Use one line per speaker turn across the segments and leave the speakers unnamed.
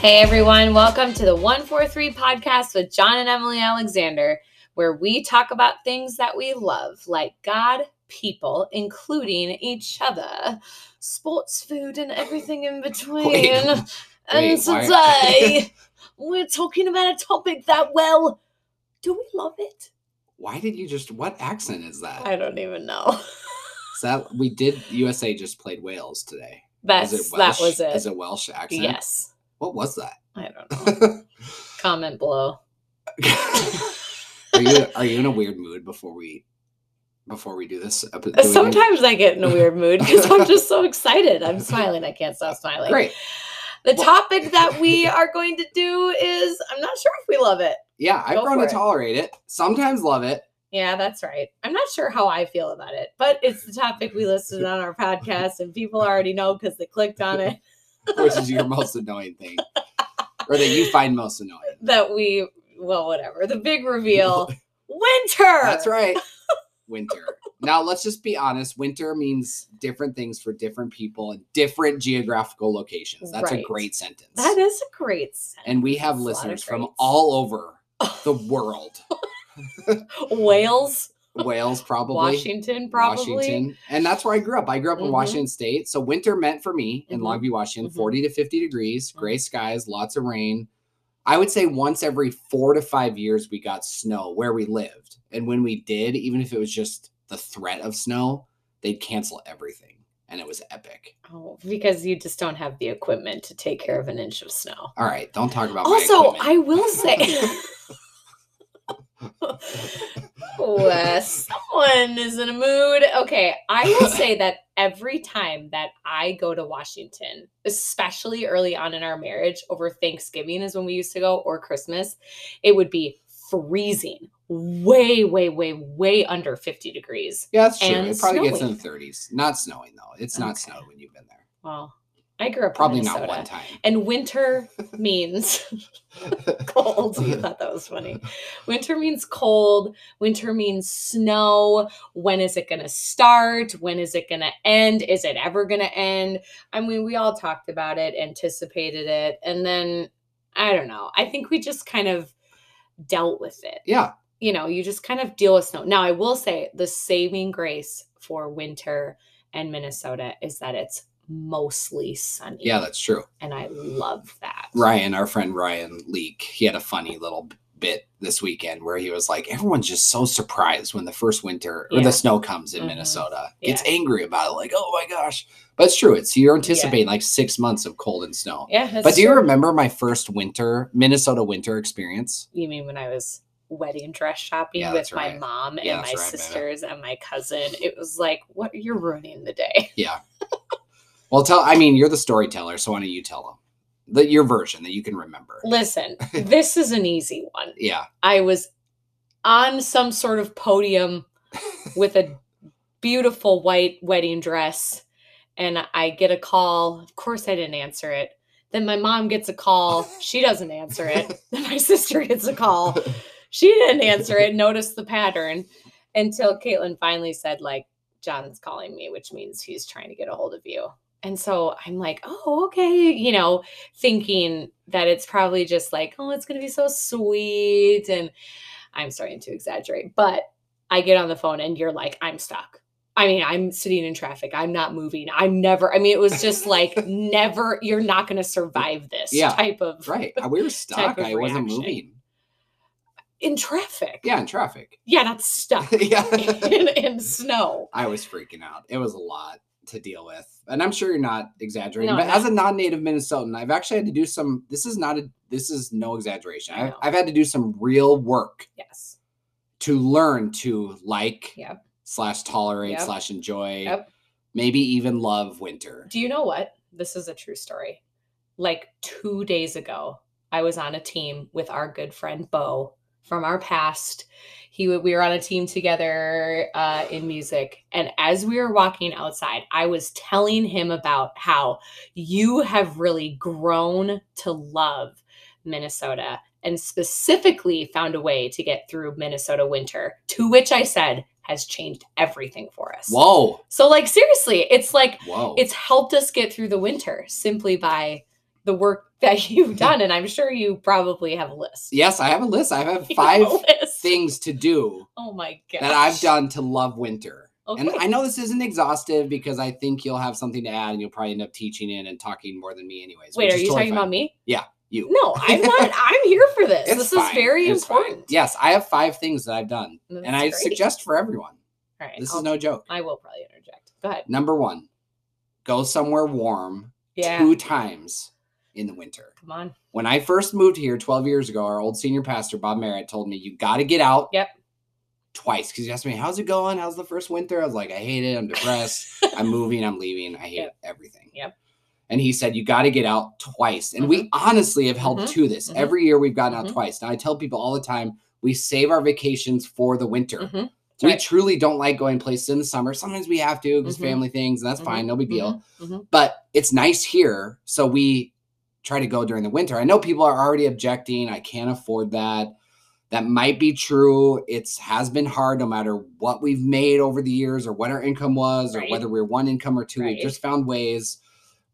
Hey everyone, welcome to the 143 podcast with John and Emily Alexander, where we talk about things that we love, like God, people, including each other, sports, food, and everything in between.
Wait,
and
wait, why-
today, we're talking about a topic that, well, do we love it?
Why did you just? What accent is that?
I don't even know.
Is that we did? USA just played Wales today.
That's,
is it
that
Welsh?
was
Is
it.
it Welsh accent?
Yes.
What was that?
I don't know. Comment below.
are you are you in a weird mood before we before we do this? epi- do we do-
Sometimes I get in a weird mood because I'm just so excited. I'm smiling. I can't stop smiling.
Great.
The
Well-
topic that we are going to do is I'm not sure if we love it.
Yeah, I've
Go
grown
for
to
it.
tolerate it. Sometimes love it.
Yeah, that's right. I'm not sure how I feel about it, but it's the topic we listed on our podcast, and people already know because they clicked on it
which is your most annoying thing, or that you find most annoying.
that we, well, whatever. The big reveal winter.
That's right. Winter. now, let's just be honest. Winter means different things for different people in different geographical locations. That's a
Right.
great sentence.
That is a great sentence.
and we have
That's a lot of
listeners from
greats.
all over the world.
Wales,
Wales, probably.
Washington, probably.
Washington. And that's where I grew up. I grew up in
Mhm.
Washington State. So winter meant for me in
Mhm.
Longview, Washington,
Mhm.
40 to 50 degrees,
Mm-hmm.
gray skies, lots of rain. I would say once every four to five years, we got snow where we lived. And when we did, even if it was just the threat of snow, they'd cancel everything. And it was epic.
Oh, because you just don't have the equipment to take care of an inch of snow.
All right. Don't talk about my
Also,
equipment.
I will say, Wes, someone is in a mood. Okay, I will say that every time that I go to Washington, especially early on in our marriage, over Thanksgiving is when we used to go, or Christmas, it would be freezing, way, way, way, way under 50 degrees.
Yeah, that's true.
and
It probably gets in
snowing.
the 30s. Not snowing, though. It's not
Okay.
snowed when you've been there.
Well, I grew up in
Probably
Minnesota.
not one time.
And winter means cold. You thought that was funny. Winter means cold. Winter means snow. When is it going to start? When is it going to end? Is it ever going to end? I mean, we all talked about it, anticipated it. And then I don't know. I think we just kind of dealt with it.
Yeah.
You know, you just kind of deal with snow. Now, I will say the saving grace for winter and Minnesota is that it's mostly sunny
Yeah, that's true.
and I love that.
Ryan, our friend Ryan Leak, he had a funny little b- bit this weekend where he was like, everyone's just so surprised when the first winter or
Yeah.
the snow comes in
Mhm.
Minnesota. Gets
Yeah.
angry about it, like, oh my gosh. But it's true. It's you're anticipating like six months of cold and snow.
Yeah, that's
but do you
true.
remember my first winter Minnesota winter experience?
You mean when I was wedding dress shopping
Yeah,
with
that's
my
right.
mom
Yeah,
and my
that's right, baby.
sisters and my cousin? It was like, what? You're ruining the day.
Yeah. well, tell I mean, you're the storyteller, so why don't you tell them the, your version that you can remember?
Listen, this is an easy one.
Yeah.
I was on some sort of podium with a beautiful white wedding dress, and I get a call. Of course, I didn't answer it. Then my mom gets a call. She doesn't answer it. Then my sister gets a call. she didn't answer it noticed the pattern until caitlin finally said like john's calling me which means he's trying to get a hold of you and so i'm like oh okay you know thinking that it's probably just like oh it's going to be so sweet and i'm starting to exaggerate but i get on the phone and you're like i'm stuck I mean, I'm sitting in traffic. I'm not moving. I'm never. I mean, it was just like never. You're not going to survive this
Yeah,
type of
right. We were stuck.
of
I wasn't
reaction.
moving.
in traffic.
Yeah, in traffic.
yeah, not stuck.
yeah.
in, in snow.
I was freaking out. It was a lot to deal with. And I'm sure you're not exaggerating,
No,
but
I'm
as a non-native Minnesotan, I've actually had to do some this is not a this is no exaggeration.
I
I've,
know.
I've had to do some real work
Yes.
to learn to like
Yep.
slash tolerate
Yep.
slash enjoy
Yep.
maybe even love winter.
Do you know what? This is a true story. Like two days ago, I was on a team with our good friend Bo from our past. He w- we were on a team together uh, in music, and as we were walking outside, I was telling him about how you have really grown to love Minnesota, and specifically found a way to get through Minnesota winter. To which I said has changed everything for us.
Whoa.
So like seriously, it's like
Whoa.
it's helped us get through the winter simply by the work that you've done, and I'm sure you probably have a list.
Yes, I have a list. I have
You
five
have a list.
things to do
Oh my god.
that I've done to love winter.
Okay.
And I know this isn't exhaustive because I think you'll have something to add and you'll probably end up teaching it and talking more than me anyways.
Wait,
which
are
is
you
totally
talking
fine.
about me?
Yeah, you.
No, I'm not. I'm here for this.
It's
this is
fine.
very
It's fine.
important.
Yes, I have five things that I've done.
That's
and I
great.
suggest for everyone.
All right,
This
I'll-
is no joke.
I will probably interject. Go ahead.
Number one, go somewhere warm
Yeah.
two times in the winter.
Come on.
When I first moved here 12 years ago, our old senior pastor, Bob Merritt, told me, You got to get out.
Yep.
Twice. Because he asked me, How's it going? How's the first winter? I was like, I hate it. I'm depressed. I'm moving. I'm leaving. I hate
Yep.
everything.
Yep.
And he said, You got to get out twice. And we honestly have held
Mhm.
to this.
Mhm.
Every year we've gotten out
Mhm.
twice. Now I tell people all the time, we save our vacations for the winter.
Mhm. That's
We
right.
truly don't like going places in the summer. Sometimes we have to because
Mhm.
family things, and that's
Mhm.
fine, no big deal.
Mhm. Mhm.
But it's nice here, so we try to go during the winter. I know people are already objecting. I can't afford that. That might be true. It's has been hard, no matter what we've made over the years, or what our income was,
Right.
or whether we're one income or two.
Right.
We've just found ways.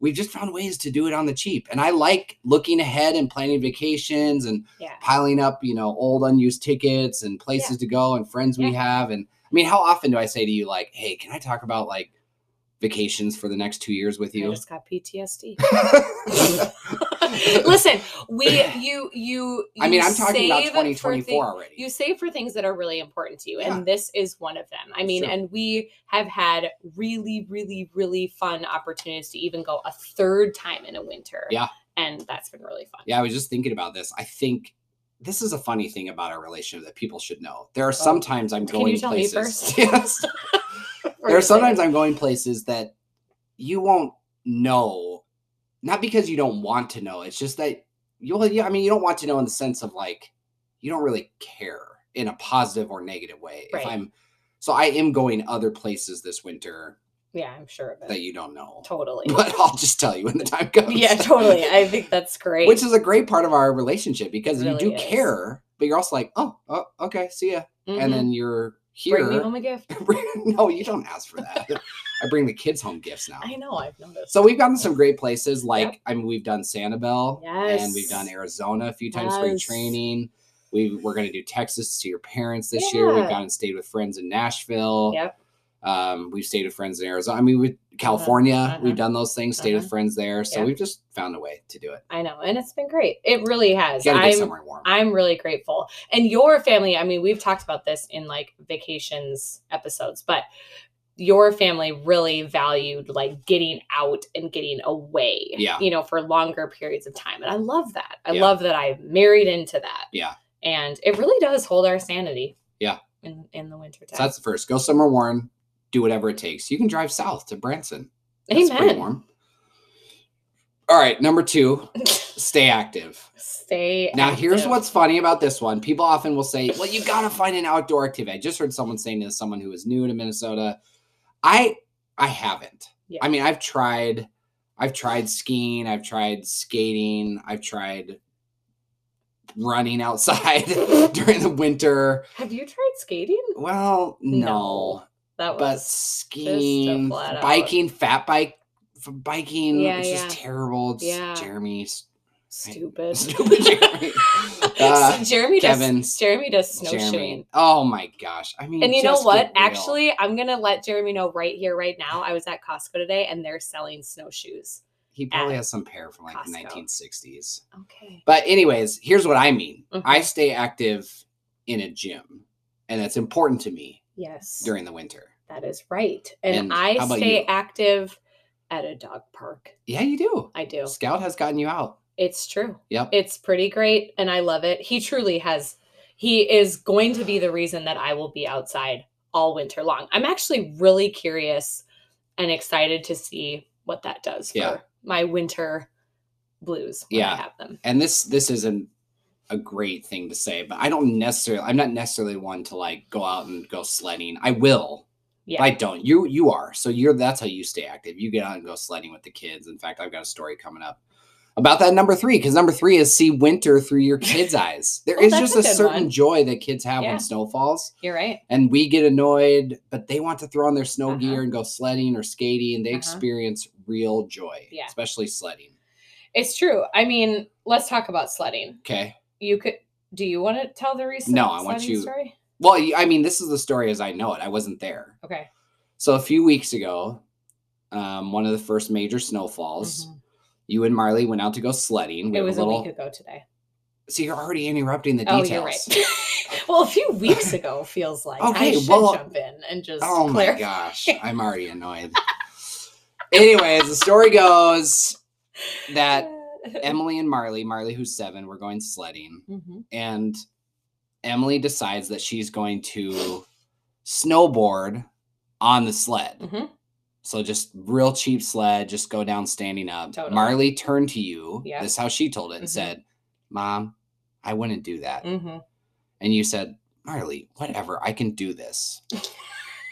We've just found ways to do it on the cheap, and I like looking ahead and planning vacations and
Yeah.
piling up, you know, old unused tickets and places to go and friends we have. And I mean, how often do I say to you, like, hey, can I talk about like vacations for the next two years with
I
you?
just got PTSD. Listen, we you you.
I mean,
you
I'm talking about
save for thi-
2024 already.
You save for things that are really important to you,
Yeah.
and this is one of them. I mean,
Sure.
and we have had really, really, really fun opportunities to even go a third time in a winter.
Yeah.
and that's been really fun.
yeah, I was just thinking about this. I think this is a funny thing about our relationship that people should know. There are sometimes I'm
Oh. Can
going
you tell me
places.
first?
Yes.
Or
there are
is it-
sometimes I'm going places that you won't know, not because you don't want to know. It's just that you, well, yeah, I mean, you don't want to know in the sense of like you don't really care in a positive or negative way.
Right.
If I'm so, I am going other places this winter
yeah, I'm sure of
that
it.
you don't know,
Totally.
but I'll just tell you when the time comes.
yeah, totally. I think that's great.
Which is a great part of our relationship because you
Really
do
is.
care, but you're also like, oh, oh okay, see ya,
Mhm.
and then you're here.
bring me home a gift.
no, you don't ask for that. I bring the kids home gifts now.
I know. I've noticed.
So we've gotten some great places. Like I mean, we've done Sanibel, and we've done
Yes.
Arizona a few times spring
Yes.
training. We we're gonna do Texas to your parents this year. We've
Yeah.
gone and stayed with friends in Nashville.
Yep.
Um, we've stayed with friends in Arizona. I mean, with California,
uh-huh,
we've done those things. Stayed with
uh-huh.
friends there. So
Yeah.
we've just found a way to do it.
I know, and it's been great. It really has.
You gotta get
I'm
somewhere warm.
I'm really grateful. And your family, I mean, we've talked about this in like vacations episodes, but your family really valued like getting out and getting away,
Yeah.
you know, for longer periods of time. And I love that. I
Yeah.
love that I married into that.
Yeah.
And it really does hold our sanity.
Yeah.
In in the winter
so
time.
that's the first. Go somewhere warm. Do whatever it takes. You can drive south to Branson. That's pretty
Amen.
warm. All right, number two, stay active.
Stay
Now, here's
active.
what's funny about this one. People often will say, well, you got to find an outdoor activity. I just heard someone saying to someone who is new to Minnesota, I I haven't.
Yeah.
I mean, I've tried I've tried skiing, I've tried skating, I've tried running outside during the winter.
have you tried skating?
Well, no.
No, That
But
was
skiing,
flat out.
biking, fat bike, f- biking,
Yeah,
it's
yeah.
just terrible. It's
Yeah.
Jeremy, s-
stupid.
stupid Jeremy. Uh,
Jeremy does
Kevin.
Jeremy does snowshoeing.
Jeremy. Oh my gosh. I mean,
And you know
just
what?
get real.
Actually, I'm gonna let Jeremy know right here, right now. I was at Costco today, and they're selling snowshoes.
he probably
at
has some pair from like the
Costco.
1960s.
Okay.
But, anyways, here's what I mean
Mhm.
I stay active in a gym, and that's important to me
Yes,
during the winter.
that is right. And,
And
I
how about
stay
you?
active at a dog park.
Yeah, you do.
I do.
Scout has gotten you out.
It's true.
Yep.
It's pretty great, and I love it. He truly has. He is going to be the reason that I will be outside all winter long. I'm actually really curious and excited to see what that does for
Yeah.
my winter blues. When I
Yeah.
have them.
and this this isn't a great thing to say, but I don't necessarily I'm not necessarily one to like go out and go sledding. I will.
Yeah.
but I don't. You you are. So you're that's how you stay active. You get out and go sledding with the kids. In fact, I've got a story coming up about that number three, because number three is see winter through your kids' eyes. There
Well,
is
that's
just
a
a,
good
certain
one.
joy that kids have
Yeah.
when snow falls.
You're right.
And we get annoyed, but they want to throw on their snow
Uh-huh.
gear and go sledding or skating, and they
Uh-huh.
experience real joy,
Yeah.
especially sledding.
It's true. I mean, let's talk about sledding.
Okay.
You could. Do you want to tell the recent?
No, I want
sledding
you-
Story?
Well, y- I mean, this is the story as I know it. I wasn't there.
Okay.
So a few weeks ago, um, one of the first major snowfalls,
Mhm.
you and Marley went out to go sledding. We
It
have
was
a little.
a week ago today.
See, you're already interrupting the details.
Oh, you're right. well, a few weeks ago feels like I
Okay,
should
well-
jump in and just
Oh my
clarify.
gosh, I'm already annoyed. Anyways, the story goes that Emily and Marley, Marley who's seven, were going sledding,
Mhm.
and Emily decides that she's going to snowboard on the sled.
Mhm.
So just real cheap sled, just go down standing up.
Totally.
Marley turned to you.
Yeah.
This is how she told it and
Mhm.
said, Mom, I wouldn't do that.
Mhm.
And you said, Marley, whatever, I can do this.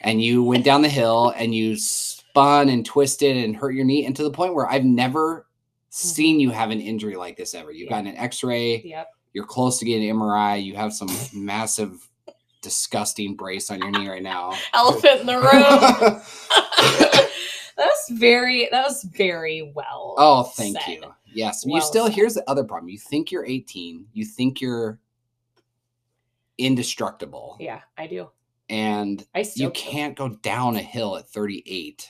and you went down the hill and you spun and twisted and hurt your knee and to the point where I've never seen you have an injury like this ever. You've
Mm-hmm. Yeah.
gotten an x-ray,
Yep.
you're close to getting an MRI, you have some massive disgusting brace on your knee right now.
Elephant in the room. that was very. That was very well.
Oh, thank
said.
you. Yes. you
Well
still,
said.
here's the other problem. You think you're 18, you think you're indestructible,
Yeah, I do.
and
I still
you
do.
can't go down a hill at 38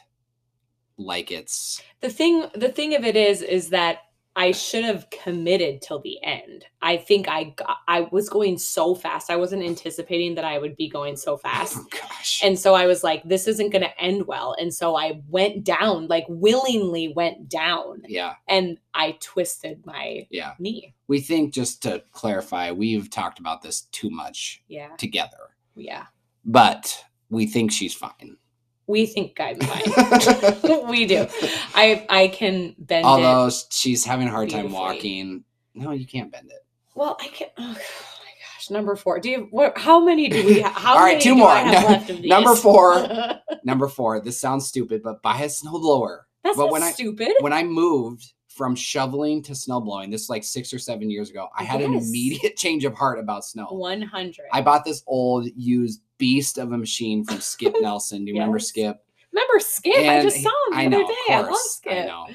like it's.
the thing the thing of it is is that i should have committed till the end i think i got, i was going so fast i wasn't anticipating that i would be going so fast
Oh, gosh.
and so i was like this isn't going to end well and so i went down like willingly went down
yeah.
and i twisted my
Yeah.
knee
We think, just to clarify, we've talked about this too much
yeah
together,
yeah
but we think she's fine.
we think i'm fine we do i i can bend it
Although she's having a hard time
beautifully.
walking. No, you can't bend it.
well i can oh my gosh number four do you what how many do we have how
All right,
many
two
do
more.
I have left of these?
Number four. Number four, this sounds stupid, but buy a snowblower.
That's
But
not
when I-
stupid.
When I moved from shoveling to snowblowing, this is like six or seven years ago, I had an
Yes.
immediate change of heart about snow.
100.
I bought this old used beast of a machine from Skip Nelson. Do you remember
Yes.
Skip?
Remember Skip? I
And
just saw him the
I
other
know,
day.
of
I love
course,
Skip.
I know.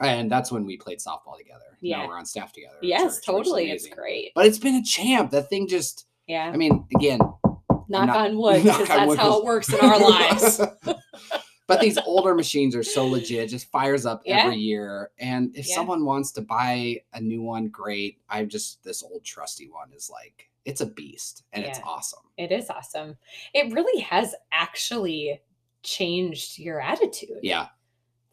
And that's when we played softball together. Yeah,
Yeah.
we're on staff together. at
Yes,
church, which is
totally. It's
amazing.
great.
But it's been a champ. That thing just,
Yeah.
I mean, again,
knock
not-
on wood,
knock on
because that's
wood,
how
'cause-
it works in our lives.
but these older machines are so legit, just fires up
Yeah.
every year. And if
Yeah.
someone wants to buy a new one, great. I just this old trusty one is like it's a beast and it's
Yeah.
awesome.
It is awesome. It really has actually changed your attitude.
Yeah.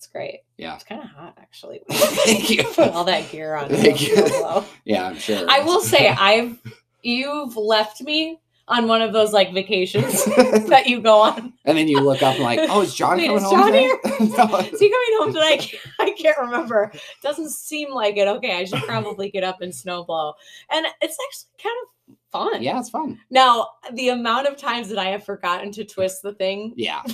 It's great.
Yeah.
It's kind of hot, actually.
Thank you.
Put all that gear on.
Thank you.
Hello.
Yeah, I'm sure.
I will say, I've you've left me on one of those like vacations
and
that you go on
then you look up and like, oh, is John
Wait,
coming
is
home?
John
today?"
here?
No,
Is he coming home tonight? I can't- I can't remember. Doesn't seem like it. Okay, I should probably get up and snowblow. And it's actually kind of fun.
yeah, it's fun.
Now, the amount of times that I have forgotten to twist the thing,
Yeah.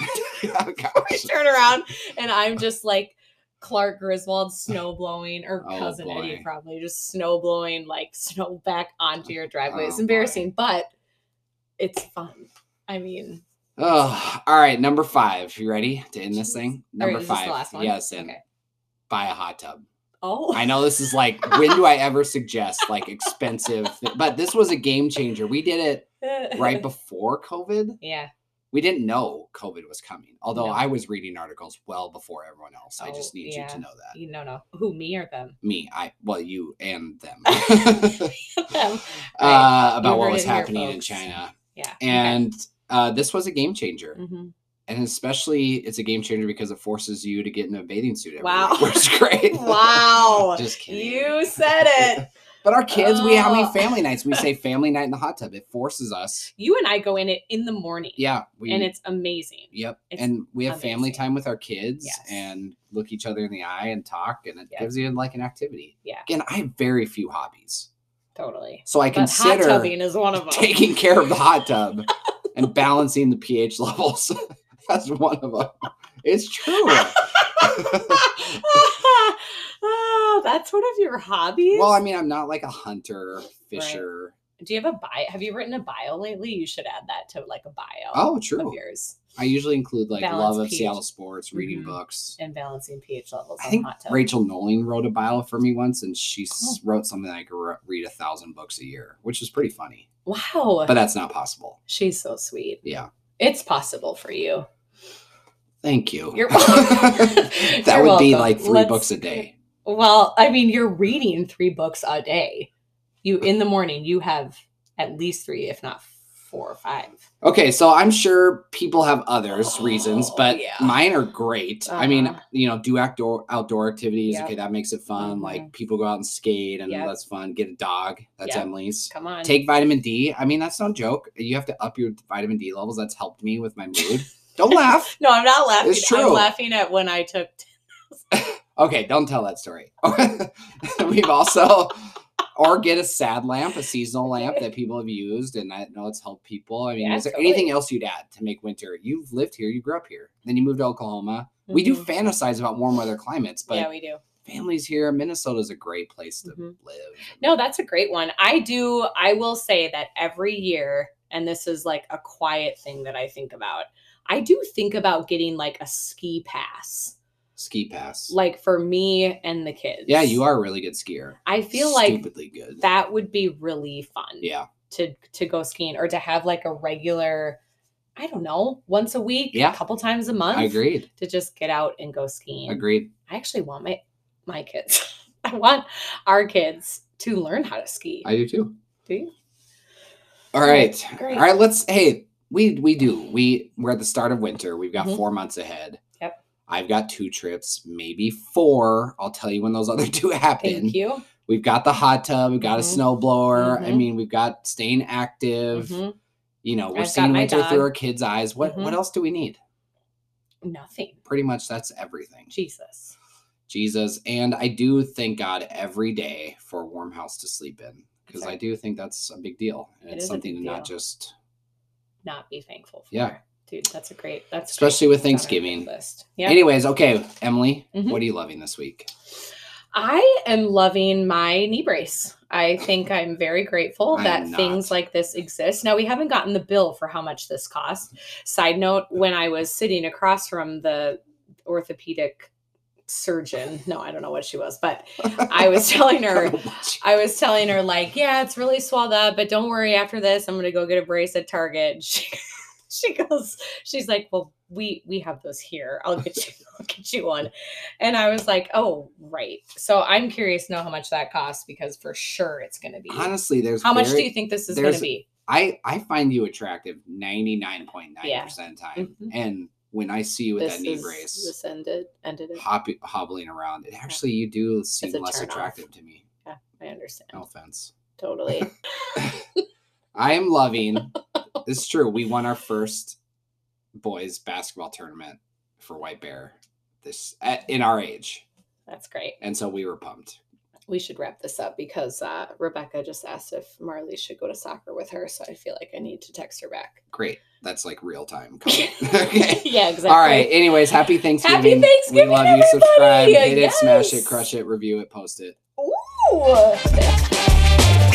oh,
I
gosh.
turn around and I'm just like Clark Griswold snow blowing, or
Oh,
cousin Eddie
boy.
probably just snow blowing like snow back onto your driveway.
Oh,
it's
boy.
embarrassing, but it's fun. I mean,
Oh, all right, number five. You ready to end this
Jeez.
thing?
Or
Number
is this the
five.
last one?
Yes, and
Okay.
buy a hot tub.
oh,
I know this is like, when do I ever suggest like expensive? thi- But this was a game changer. We did it right before COVID.
Yeah.
We didn't know COVID was coming, although
No.
I was reading articles well before everyone else. I just
Oh,
need you
yeah.
to know that.
You no no. Who me or them?
Me, I, well, you and them.
Them.
uh,
You
about what
heard
was
it here,
happening in
folks.
China.
Yeah.
And uh, this was a game changer.
okay. Mhm.
And especially, it's a game changer because it forces you to get in a bathing suit. Every
Wow.
week, which is great.
Wow.
Just kidding.
You said it.
But our kids, we how many
Oh.
family nights? We say family night in the hot tub. It forces us.
You and I go in it in the morning.
Yeah. We,
And it's amazing.
yep.
it's
and we have family
amazing.
time with our kids
Yes.
and look each other in the eye and talk, and it
Yeah.
gives you like an activity.
Yeah.
Again, I have very few hobbies,
Totally.
so I
But hot
consider
tubbing is one of them.
taking care of the hot tub and balancing the pH levels. That's one of them. It's true.
Ah, that's one of your hobbies.
well, I mean, I'm not like a hunter, fisher,
Do you have a bio? Have you written a bio lately? You should add that to like a bio.
Oh,
Of
true.
yours
I usually include like
Balance
love of
page.
Seattle sports, reading
Mhm.
books.
and balancing pH levels.
I
on
think
hot tub.
Rachel Nolan wrote a bio for me once, and she s
Cool.
wrote something like re- read a thousand books a year, which is pretty funny.
Wow,
But that's not possible.
she's so sweet.
Yeah.
It's possible for you.
Thank you.
You're
that
You're
would be
welcome.
like 3
Let's-
books a day.
Well, I mean, you're reading three books a day. You in the morning, you have at least three, if not four or five.
Okay, so I'm sure people have others reasons,
Oh,
but
yeah.
mine are great. I mean,
Uh-huh.
you know, do outdoor outdoor activities.
Yep.
Okay, that makes it fun. Like
Mhm.
people go out and skate, and
Yep.
that's fun. Get a dog. That's
Yep.
Emily's.
Come on,
Take vitamin D. I mean, that's no joke. You have to up your vitamin D levels. That's helped me with my mood. Don't laugh.
No, I'm not laughing.
It's
I'm
true.
laughing at when I took.
Okay, don't tell that story. We've also, or get a sad lamp, a seasonal lamp that people have used, and I know it's helped people. I mean,
Yeah,
is there
totally.
anything else you'd add to make winter? You've lived here, you grew up here, then you moved to Oklahoma. We do
Mhm.
fantasize about warm weather climates, but
yeah, we do.
families here, Minnesota's a great place to
Mhm.
live.
No, that's a great one. I do. I will say that every year, and this is like a quiet thing that I think about. I do think about getting like a ski pass,
Ski pass.
like for me and the kids.
yeah, you are a really good skier.
I feel like
stupidly good.
that would be really fun.
yeah.
to to go skiing or to have like a regular i don't know once a week
Yeah.
a couple times a month
I agreed.
to just get out and go skiing
Agreed.
i actually want my my kids i want our kids to learn how to ski
I do too.
do you
All right.
great
All right, let's hey, we we do. We we're at the start of winter. We've got
Mhm.
4 months ahead.
Yep.
I've got two trips, maybe four. I'll tell you when those other two happen.
thank you
We've got the hot tub, we've got
Mhm.
a snow blower. I
Mhm.
mean, we've got staying active.
Mhm.
You know, we're
I've got
seeing
my
winter through
dog. Mm-hmm.
our kids' eyes. What what else do we need?
nothing
Pretty much that's everything.
jesus
Jesus. And I do thank God every day for a warm house to sleep in. Because I
Right.
do think that's a big deal. And
It
it's
is a
something to
big
not
deal.
just
not be thankful for
Yeah.
dude that's a great that's great.
especially with
It's on our
Thanksgiving.
list yeah
Anyways, okay, Emily,
Mhm.
what are you loving this week?
I am loving my knee brace. I think I'm very grateful
I
that
am not.
things like this exist. Now, we haven't gotten the bill for how much this cost. Side note, when I was sitting across from the orthopedic surgeon, no, I don't know what she was, but I was telling her, I was telling her, like, yeah, it's really swelled up, but don't worry. After this, I'm going to go get a brace at Target. She, she goes, she's like, well, we we have those here. I'll get you, I'll get you one. And I was like, oh, right. So I'm curious to know how much that costs because for sure it's going to be.
Honestly, there's
how much do
very-
you think this is going to
there's-
be?
I I find you attractive 99.9% time.
Mhm.
And when I see you with
This
that knee
is-
brace
This ended ended it.
hop, hobbling around, it actually you do seem
a
less
turn off.
attractive to me.
I understand
No offense.
totally.
I am loving. it's true. We won our first boys basketball tournament for White Bear this at, in our age,
That's great.
and so we were pumped.
We should wrap this up because uh, Rebecca just asked if Marley should go to soccer with her. So I feel like I need to text her back.
Great. That's like real time. comment. okay.
yeah, exactly.
All right. Anyways, happy Thanksgiving.
Thanksgiving,
We love you.
everybody!
Subscribe, hit it, smash it,
Yes.
crush it, review it, post it.
Ooh.